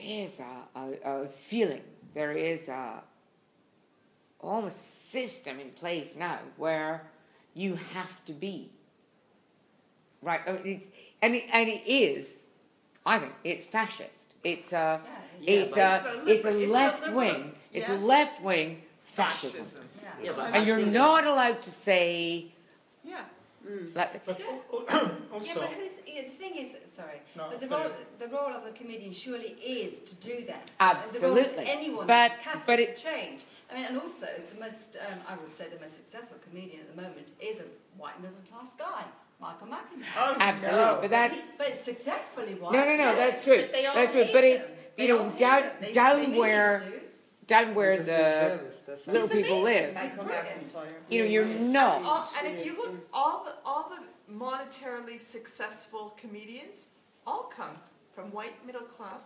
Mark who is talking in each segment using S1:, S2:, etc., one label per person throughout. S1: is a, a, a feeling, there is a almost a system in place now where you have to be. Right, I mean, it's, and it, and it is. I think it's fascist. It's a
S2: Yeah,
S1: it's
S2: but
S1: a
S3: it's a
S1: it's a
S3: liber- it's a
S1: left
S3: liber-
S1: wing it's a
S3: yes.
S1: left wing fascism,
S3: fascism.
S2: Yeah, but
S1: and
S2: I
S1: you're
S2: think-
S1: not allowed to say
S3: Yeah.
S1: like
S4: But al-
S5: Yeah,
S4: also,
S5: but who's, yeah, the thing is, sorry,
S4: No,
S5: but the
S4: carry
S5: role,
S4: on.
S5: the role of a comedian surely is to do that. The
S1: Absolutely.
S5: role of anyone
S1: But-
S5: that's cast
S1: but
S5: for
S1: it-
S5: change. I mean, and also the most, um, I would say, the most successful comedian at the moment is a white middle class guy, Michael McIntyre.
S3: Oh,
S1: absolutely,
S3: no.
S1: but that's
S5: But successfully white.
S1: no no no that's true
S3: They all
S1: that's true.
S3: hate
S1: But
S3: them.
S1: it's
S3: They
S1: you know
S3: all hate
S1: down
S3: them. They-
S1: down
S5: they need
S1: where
S5: to.
S1: down where
S6: Because
S1: the
S6: they're jealous, that's
S1: little
S6: how-
S3: He's
S1: people live,
S3: amazing. Michael
S5: brilliant.
S3: McIntyre.
S1: you know you're not
S3: All, and if you look, all the all the monetarily successful comedians all come from white middle class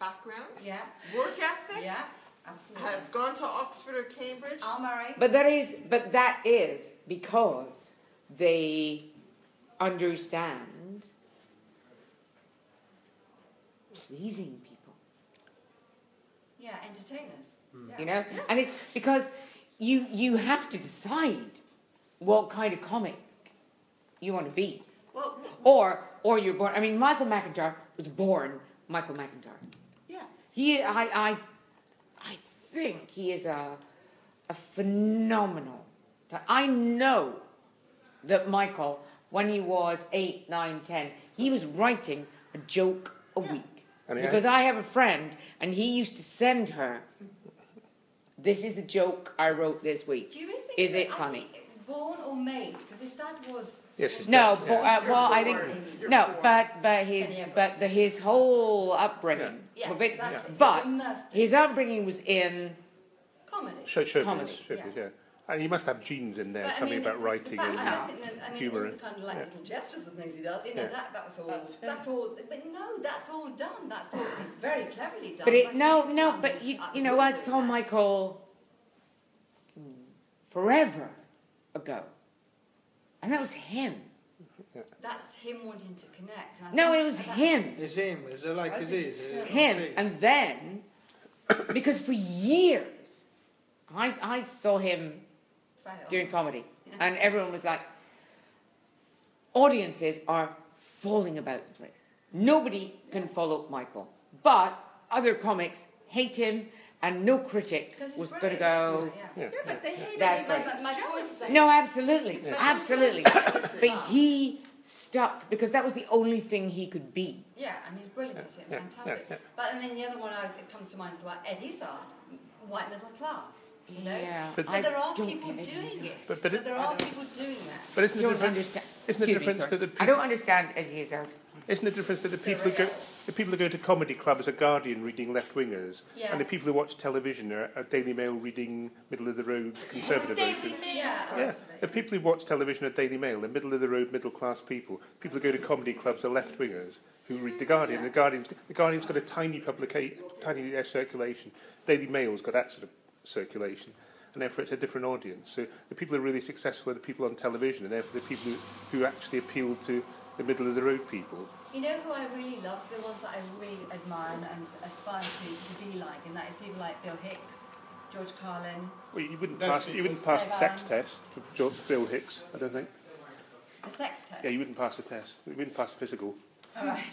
S3: backgrounds.
S5: Yeah,
S3: Work ethic.
S5: yeah, Um, absolutely.
S3: Have gone to Oxford or Cambridge.
S5: Al Murray.
S1: But that is, but that is because they understand pleasing people,
S5: Yeah, entertainers. Yeah.
S1: Hmm. you know, and it's because you you have to decide what kind of comic you want to be,
S3: Well,
S1: or or you're born. I mean, Michael McIntyre was born Michael McIntyre.
S3: yeah.
S1: He, I, I, I think he is a, a phenomenal. ta- I know that Michael, when he was eight, nine, ten, he was writing a joke a week.
S7: I mean, I-
S1: because I have a friend, and he used to send her. This is the joke I wrote this week.
S5: Do you really think
S1: Is
S5: so?
S1: it
S5: I
S1: funny?
S5: think Born or made? Because his dad was.
S7: Yes, his
S1: No,
S7: That's-
S1: bo-
S7: yeah.
S1: uh, well, I think
S3: You're
S1: no,
S3: born.
S1: but but
S5: And
S1: his
S5: he
S1: but the, his whole upbringing.
S5: Yeah,
S1: Well, but-
S5: exactly.
S1: But
S5: So it must
S1: his upbringing was in.
S5: comedy.
S7: Show, showbiz,
S1: Comedy,
S7: showbiz, yeah. And you must have genes in there,
S5: But, I
S7: something
S5: mean,
S7: about
S5: the
S7: writing
S5: fact-
S7: and
S5: I don't think that- I mean,
S7: humour
S5: all the
S7: and-
S5: kind of like
S7: yeah.
S5: little gestures and things he does, you know,
S7: Yeah.
S5: that, that's all.
S3: That's-
S5: That's, all. But no, that's all done. That's all very cleverly done.
S1: But it,
S5: I
S1: no,
S5: think
S1: no,
S5: um,
S1: but you,
S5: I
S1: you know,
S5: would
S1: I
S5: do
S1: saw
S5: that.
S1: Michael forever ago. And that was him.
S5: That's him wanting to connect. and I
S1: No,
S5: think
S1: it was
S5: that's-
S1: him.
S6: It's him, it's
S4: uh,
S6: like it is. it's
S1: Him.
S6: complete.
S1: And then, because for years, I, I saw him
S5: Fail.
S1: doing comedy. And everyone was like, audiences are falling about the place. Nobody can follow Michael. But other comics hate him, and no critic
S5: Because it's
S1: was going to
S5: brilliant,
S1: go.
S5: isn't it? Yeah.
S7: Yeah.
S3: Yeah, but they hate
S1: That's
S3: everybody
S5: right.
S3: that's
S5: My point
S3: jealous.
S5: is that-
S1: No, absolutely,
S5: Yeah.
S1: absolutely. but he stuck because that was the only thing he could be.
S5: Yeah, and he's brilliant at it,
S7: yeah,
S5: fantastic.
S7: yeah, yeah.
S5: But and then the other one I, that comes to mind is like Ed Izzard, white middle class. You know,
S1: Yeah,
S5: so
S1: I
S5: there are
S1: don't
S5: people
S1: get Ed
S5: doing it,
S7: But-
S5: but,
S7: but it-
S5: there are people doing that.
S7: But isn't the
S1: Don't
S7: difference,
S1: understand.
S7: isn't the
S1: Excuse me,
S7: difference
S1: sorry.
S7: that the
S1: I
S7: people,
S1: don't understand Ed Izzard.
S7: isn't the difference that the people who go, the people who go to comedy clubs are Guardian reading left wingers, and the
S5: Yes.
S7: people who watch television are, are Daily Mail reading middle of the road conservative.
S3: Daily
S7: magazines.
S3: Mail.
S5: Yeah,
S7: Yeah, the people who watch television are Daily Mail, the middle of the road middle class people. People who go to comedy clubs are left wingers who read the Guardian. The Guardian's the Guardian's got a tiny publica- tiny uh, circulation. Daily Mail's got that sort of circulation, and therefore it's a different audience. So the people who are really successful are the people on television, and therefore the people who, who actually appeal to the middle of the road people.
S5: You know who I really love, the ones that I really admire and, and aspire to, to be like, and that is people like Bill Hicks, George Carlin.
S7: Well, you wouldn't
S4: Those
S7: pass you
S4: people.
S7: wouldn't pass the sex
S5: Devon.
S7: test for George Bill Hicks, I don't think.
S5: The sex test.
S7: Yeah, you wouldn't pass the test. You wouldn't pass the physical.
S5: All right.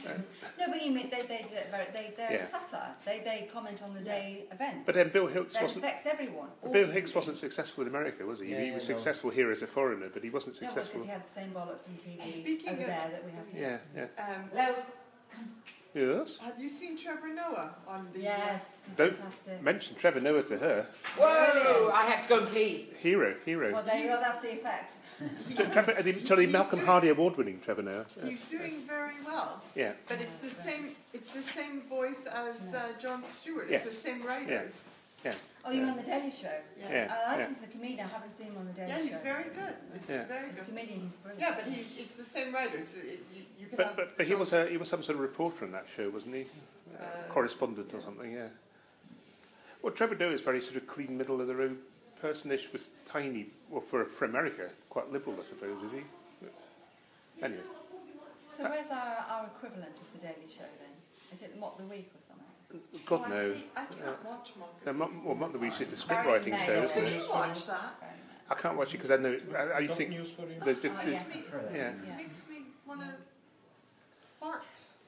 S5: no, but you mean they they they're, very- they, they're
S7: Yeah.
S5: satire. They they comment on the day events.
S7: But then Bill Hicks
S5: that
S7: wasn't.
S5: affects everyone. all
S7: Bill Hicks wasn't
S5: humans.
S7: successful in America, was he?
S6: Yeah,
S7: he was
S6: no.
S7: successful here as a foreigner, but he wasn't
S5: No, because
S7: successful.
S5: he had the same bollocks on TV
S3: Speaking
S5: over
S3: of-
S5: there that we have here.
S7: yeah, yeah.
S3: Um,
S1: Hello.
S7: Yes.
S3: have you seen Trevor Noah on the?
S5: Yes, he's
S7: Don't
S5: fantastic.
S7: mention Trevor Noah to her.
S1: Whoa! I have to go and pee.
S7: Hero, hero.
S5: Well, there you go. That's the effect.
S7: Trevor, uh, the- sorry,
S3: He's
S7: Malcolm
S3: doing-
S7: Hardy award-winning Trevor Noah. Yeah.
S3: He's doing very well.
S7: yeah.
S3: But it's the same. It's the same voice as uh, John Stewart. It's the
S7: Yes.
S3: same writers.
S5: Oh, you
S7: Yeah.
S5: mean on the Daily Show? Uh,
S3: Yeah.
S7: Yeah.
S5: I like him as a comedian. I haven't seen him on the Daily
S3: Yeah,
S5: Show.
S3: he's very good. It's
S7: Yeah.
S3: very
S5: As a
S3: good.
S5: comedian, he's brilliant.
S3: Yeah, but he, it's the same writers. It, you, you can
S7: But,
S3: have
S7: but, but he
S3: John-
S7: was a, he was some sort of reporter on that show, wasn't he? Uh,
S3: Uh,
S7: Correspondent or something, yeah. Well, Trevor Noah is very sort of clean, middle of the road personish with tiny, well, for, for America, quite liberal, I suppose, is he? Anyway.
S5: So where's our, our equivalent of the Daily Show then? Is it What the Week or something?
S7: God
S3: Why
S7: knows.
S3: me? I can't watch Monk.
S7: No, Mo- well, Mother Reese is the
S5: Barry
S7: scriptwriting
S5: Mail.
S7: show.
S5: Is
S7: Isn't
S3: Could
S7: it?
S3: you watch that?
S5: Very much.
S7: I can't watch it because I know. I, I
S6: Got
S7: think
S6: news for you.
S7: there's just.
S5: Oh,
S7: There's,
S5: yes.
S3: makes me,
S7: yeah.
S5: Yeah.
S3: makes me want to fart.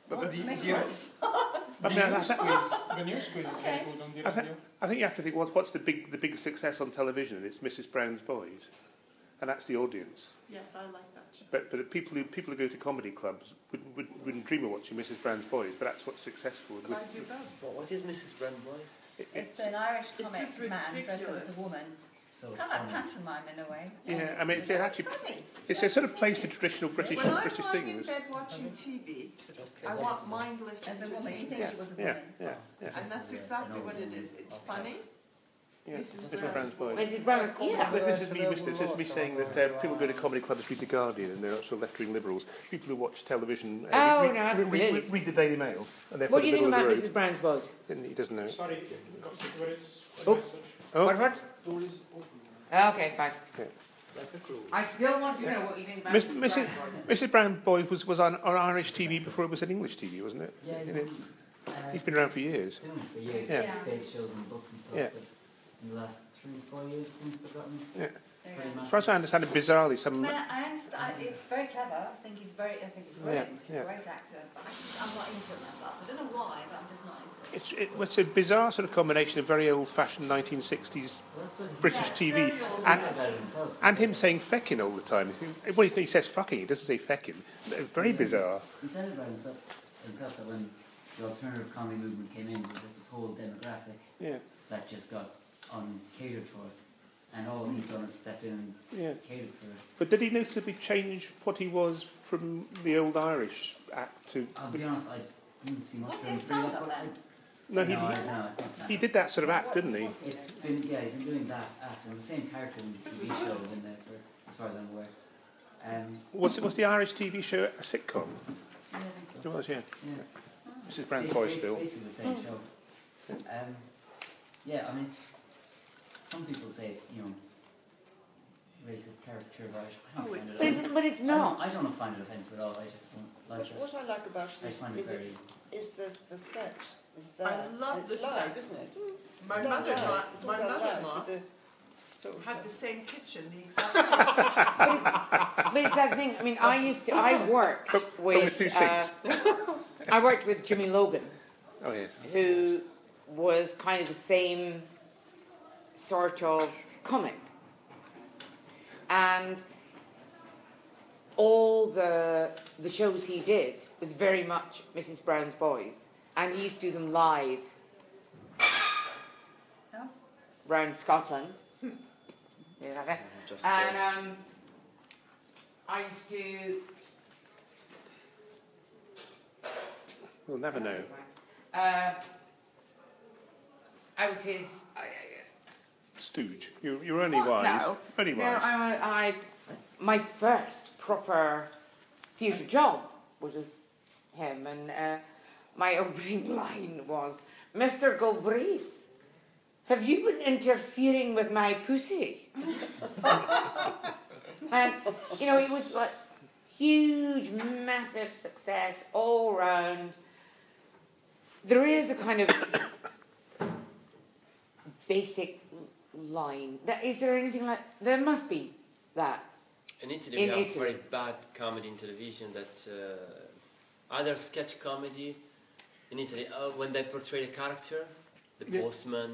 S7: But, but,
S6: The,
S5: Makes
S6: the,
S5: sense.
S7: I, mean, I,
S6: news quiz, the news quiz is
S5: Okay.
S6: very good on the
S7: I think-
S6: radio.
S7: I think you have to think. What, what's the big the big success on television? And it's Mrs Brown's Boys, and that's the audience.
S3: Yeah, I like that show.
S7: But but the people who people who go to comedy clubs would, would, wouldn't dream of watching Mrs Brown's Boys. But that's what's successful.
S3: But I
S7: with-
S3: do
S7: with-
S3: both.
S2: What, what is Mrs. Brown Boys?
S7: it-
S5: It's an Irish
S3: It's
S5: comic
S3: just
S5: man dressed as
S3: ridiculous.
S5: a woman.
S2: So
S5: It's
S2: it's
S5: kind of like
S2: funny.
S5: pantomime in a way.
S7: Yeah, I mean, it's actually-
S5: funny.
S7: It's a sort of place to traditional British
S3: When I'm
S7: British
S3: lying in
S7: things.
S3: bed watching TV,
S2: Okay.
S3: I want mindless
S5: As a woman, you think
S3: entertainment.
S5: she was a woman.
S7: Yeah, yeah, yeah.
S3: And that's exactly what it is. It's funny.
S7: yeah.
S3: Mrs.
S7: Mrs Brown's
S3: Brown's
S7: Boys.
S1: Mrs. Brown, yeah.
S7: But This is me, Mr. This is me saying that uh, people go to comedy clubs read the Guardian and they're not sort of left-wing liberals. People who watch television uh,
S1: Oh, no,
S7: read, read- read,
S1: absolutely.
S7: read- read the Daily Mail and they're
S1: What
S7: for
S1: do you
S7: the
S1: think
S7: middle
S1: about
S7: of the road.
S1: Mrs. Brown's boys?
S7: Then He doesn't know. it.
S6: Sorry, got to where is
S1: Oh.
S7: Oh.
S1: What, what?
S6: Door is open.
S1: Okay, fine.
S2: Like a clue.
S1: I still want to know what you think about
S7: Miss-
S1: Mrs.
S7: Mrs.
S1: Brown's boys.
S7: Mrs. Brown Boy was, was on, on Irish TV before it was on English TV, wasn't it?
S2: Yeah,
S7: You know,
S2: uh,
S7: he's been around for years.
S2: filming for years,
S7: Yeah.
S5: Yeah.
S2: stage shows and books and stuff.
S7: Yeah.
S2: But in the last three, four years, things have gotten
S5: There you
S2: pretty
S5: go.
S7: As
S2: massive.
S7: far as I understand it, bizarrely, some.
S5: But I understand. I, it's very clever. I think he's very. I think he's brilliant.
S7: Yeah,
S5: he's
S7: yeah.
S5: a great actor. But I just, I'm not into it myself. I don't know why, but I'm just not into it.
S7: It's, it, it's a bizarre sort of combination of very old-fashioned 1960s
S2: Well, that's what he
S7: British
S2: said.
S7: TV
S2: He said
S7: and
S2: that himself. He
S7: And
S2: said-
S7: him saying feckin' all the time. He- Well, he says fucking, he doesn't say feckin'. Very bizarre.
S2: He said it about himself, himself that when the alternative comedy movement came in, there was this whole demographic
S7: Yeah,
S2: that just got uncatered for. And all he's done is stepped in
S7: yeah.
S2: and catered for it.
S7: But did he noticeably change what he was from the old Irish act to.
S2: I'll be honest, I didn't see much
S5: What's
S2: of
S5: his
S2: him growing
S5: stand-up
S2: up.
S5: then?
S7: No, he,
S2: no, I,
S7: he,
S2: no, I think
S7: he did that sort of act, didn't he?
S2: It's been yeah, he's been doing that after the same character in the TV show in there for as far as I'm aware. Um,
S7: Was, was the Irish TV show a sitcom?
S2: yeah, I think
S7: It
S2: so.
S7: was, yeah.
S2: Yeah.
S7: Mrs. Brown's
S2: Bas-
S7: voice
S2: bas-
S7: still.
S2: Basically the same show. Um, yeah, I mean, it's, some people say it's you know racist character of Irish. I don't
S3: Oh,
S2: find it.
S1: But, it, but it's not.
S2: I don't, I don't find it offensive at all. I just don't like
S4: What,
S2: it.
S4: what I like about
S2: I
S4: it is,
S2: find it
S4: is,
S2: very.
S4: it's, is the, the set. Is there.
S3: I love
S4: and it's
S3: the
S4: live,
S3: set.
S4: isn't it? It's
S3: My
S4: not
S3: mother-in-law,
S4: live, it's
S3: my
S4: all about live,
S3: mother-in-law
S4: but the sort of-
S3: had the same kitchen, the exact same kitchen.
S1: But it's that thing. I mean, I used to. I worked
S7: But- but
S4: with,
S7: with two
S4: uh,
S7: seats.
S1: I worked with Jimmy Logan,
S7: Oh, yes.
S1: who was kind of the same sort of comic. And all the the shows he did was very much Mrs. Brown's Boys. And he used to do them live
S5: No?
S1: round Scotland. Yeah, like that.
S2: Just
S1: And um, I used to
S7: We'll never know.
S1: Uh, I was his. I, I,
S7: Stooge. You're, you're only
S1: What?
S7: wise.
S1: No.
S7: Only
S1: no,
S7: wise.
S1: I, I, my first proper theatre job was with him, and uh, my opening line was, "Mr. Galbraith, have you been interfering with my pussy?" and you know, it was like huge, massive success all round. There is a kind of basic l- line. That, is there anything like? There must be that.
S8: In Italy,
S1: In
S8: we have
S1: Italy.
S8: very bad comedy in television. That uh, either sketch comedy in Italy uh, when they portray the character, the
S6: Yeah.
S8: postman,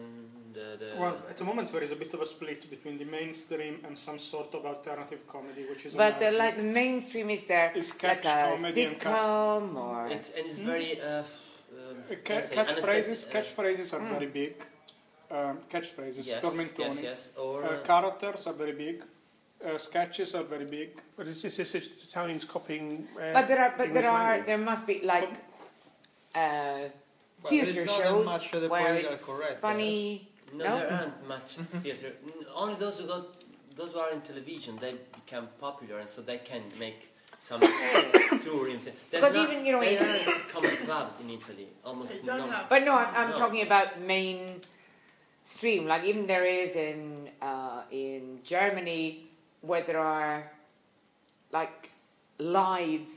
S8: the, the
S6: Well, at the moment there is a bit of a split between the mainstream and some sort of alternative comedy, which is.
S1: But the,
S6: American.
S1: like the mainstream is there,
S6: It's
S1: like
S6: sketch
S1: a
S6: comedy and cut-
S1: sitcom or
S8: it's and it's very. Uh, f- um,
S6: hmm? Uh, ca-
S8: how do you say,
S6: catchphrases,
S8: anesthetic- uh,
S6: catchphrases are
S1: Mm.
S5: Hmm.
S6: very big. Um, catchphrases,
S8: Yes,
S6: tormentoni.
S8: yes, yes. Or
S6: Uh,
S8: uh,
S6: characters are very big. Uh, sketches are very big.
S7: But it's just, it's just Italians copying. Uh,
S1: But there are, but
S7: English
S1: there are,
S7: language.
S1: there must be like uh,
S6: Well,
S1: theatre
S6: there's not that
S1: shows
S6: much to the
S1: where
S6: point are
S1: it's
S6: correct,
S1: funny.
S8: no,
S1: no?
S8: there aren't much theater. N- Only those who got those who are in television, they become popular, and so they can make some tour in. The, there's
S1: Because
S8: not-
S1: even, you know,
S8: there
S1: in-
S8: aren't comedy clubs in Italy. Almost
S3: They don't
S8: none.
S3: have.
S1: But no, I'm, I'm
S8: No.
S1: talking about mainstream. Like even there is in uh, in Germany where there are like live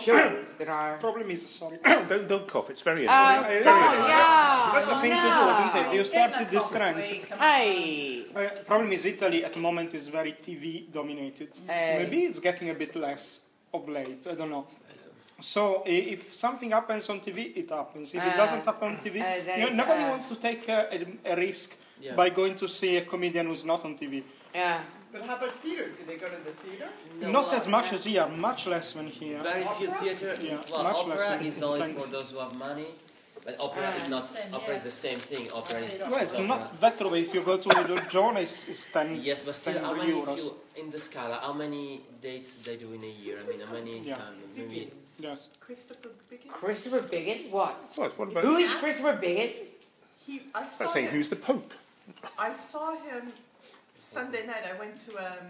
S1: shows that are.
S6: Problem is, sorry.
S7: don't don't cough. It's very annoying.
S1: Oh,
S6: I- I-
S1: God, yeah.
S6: That's
S3: Oh,
S6: a thing to do,
S1: no.
S6: isn't it? You
S5: Oh, It's been
S6: started
S5: a
S6: this
S5: cough
S6: trend.
S5: week, come on.
S1: Hey.
S6: Uh, problem is Italy at the moment is very TV dominated.
S4: Mm.
S1: Eh.
S6: Maybe it's getting a bit less of late. I don't know. So i- if something happens on TV, it happens. If
S4: Ah.
S6: it
S1: Uh,
S6: doesn't happen on TV,
S1: uh, there
S6: you know,
S1: is,
S6: nobody
S1: uh,
S6: wants to take uh, a, a risk
S8: Yeah.
S6: by going to see a comedian who's not on TV.
S1: Yeah.
S3: But how about theater? Do they go to the theater?
S8: No,
S6: not
S8: well,
S6: as much as here, much less than here.
S8: Very few
S3: Opera?
S8: theatre.
S6: Yeah,
S8: Well,
S6: much less
S8: opera
S6: than
S8: is only
S6: French.
S8: for those who have money, but opera
S1: Ah,
S8: is not.
S5: same,
S8: opera is
S5: yeah.
S8: the same thing. Opera is.
S6: Well, it's
S8: opera.
S6: not that way. If you go to the John, it's, it's 10.
S8: Yes, but still,
S6: Ten
S8: how many
S6: euros.
S8: if you, in the Scala? How many dates they do in a year? I mean, how many
S6: Yeah.
S8: times?
S7: Mm.
S8: Maybe
S3: Biggins.
S6: Yes.
S3: Christopher Biggins.
S1: Christopher Biggins? What?
S7: What, what about?
S1: Who is Christopher Biggins?
S3: He, I
S7: I'm
S3: saw
S7: not saying
S3: him.
S7: who's the Pope.
S3: I saw him Sunday night. I went to um,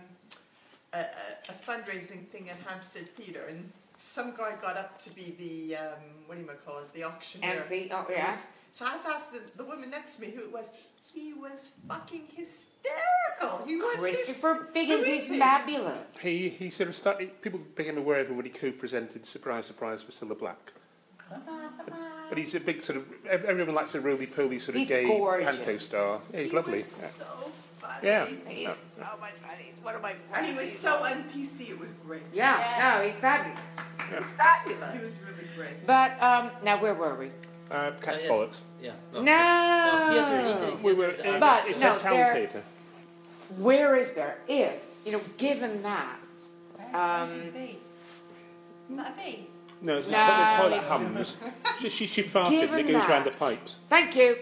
S3: a, a, a fundraising thing at Hampstead Theatre, and some guy got up to be the um, what do you call it, the auctioneer.
S1: MC? Oh,
S3: It
S1: yeah.
S3: was- So I had to ask the, the woman next to me who it was. He was fucking hysterical. He was
S1: Christopher
S3: hys-
S1: Biggins
S3: Who
S1: is
S3: is he?
S1: fabulous.
S7: He he sort of started. People became aware of him when he co-presented "Surprise, Surprise" for Cilla Black. But he's a big sort of. ev- Everyone likes a roly-poly sort of
S1: He's
S7: gay
S1: gorgeous.
S7: panto star. Yeah, he's
S3: he
S7: lovely.
S3: Was so funny.
S7: Yeah.
S1: He is so much fun. He's one of my friends.
S3: And he was so un-PC. It was great.
S1: Yeah,
S5: Yes.
S1: no, he's fabulous.
S7: Yeah.
S1: He's fabulous.
S3: He was really great.
S1: But um, now where were we?
S7: Uh, cat's
S8: yes.
S7: bollocks.
S8: yeah.
S1: No.
S8: Oh, Well, theatre in Italy.
S7: We were. uh,
S8: theatres are-
S1: But,
S7: it's
S1: no,
S7: a town
S1: they're-
S7: theatre.
S1: Where is there if you know? Given that, Um,
S5: B. Is that a B?
S7: No, it's
S1: No,
S7: not the toilet
S1: it's-
S7: hums. she, she, she farted and
S1: Given
S7: it goes round
S1: that-
S7: the pipes.
S1: thank you.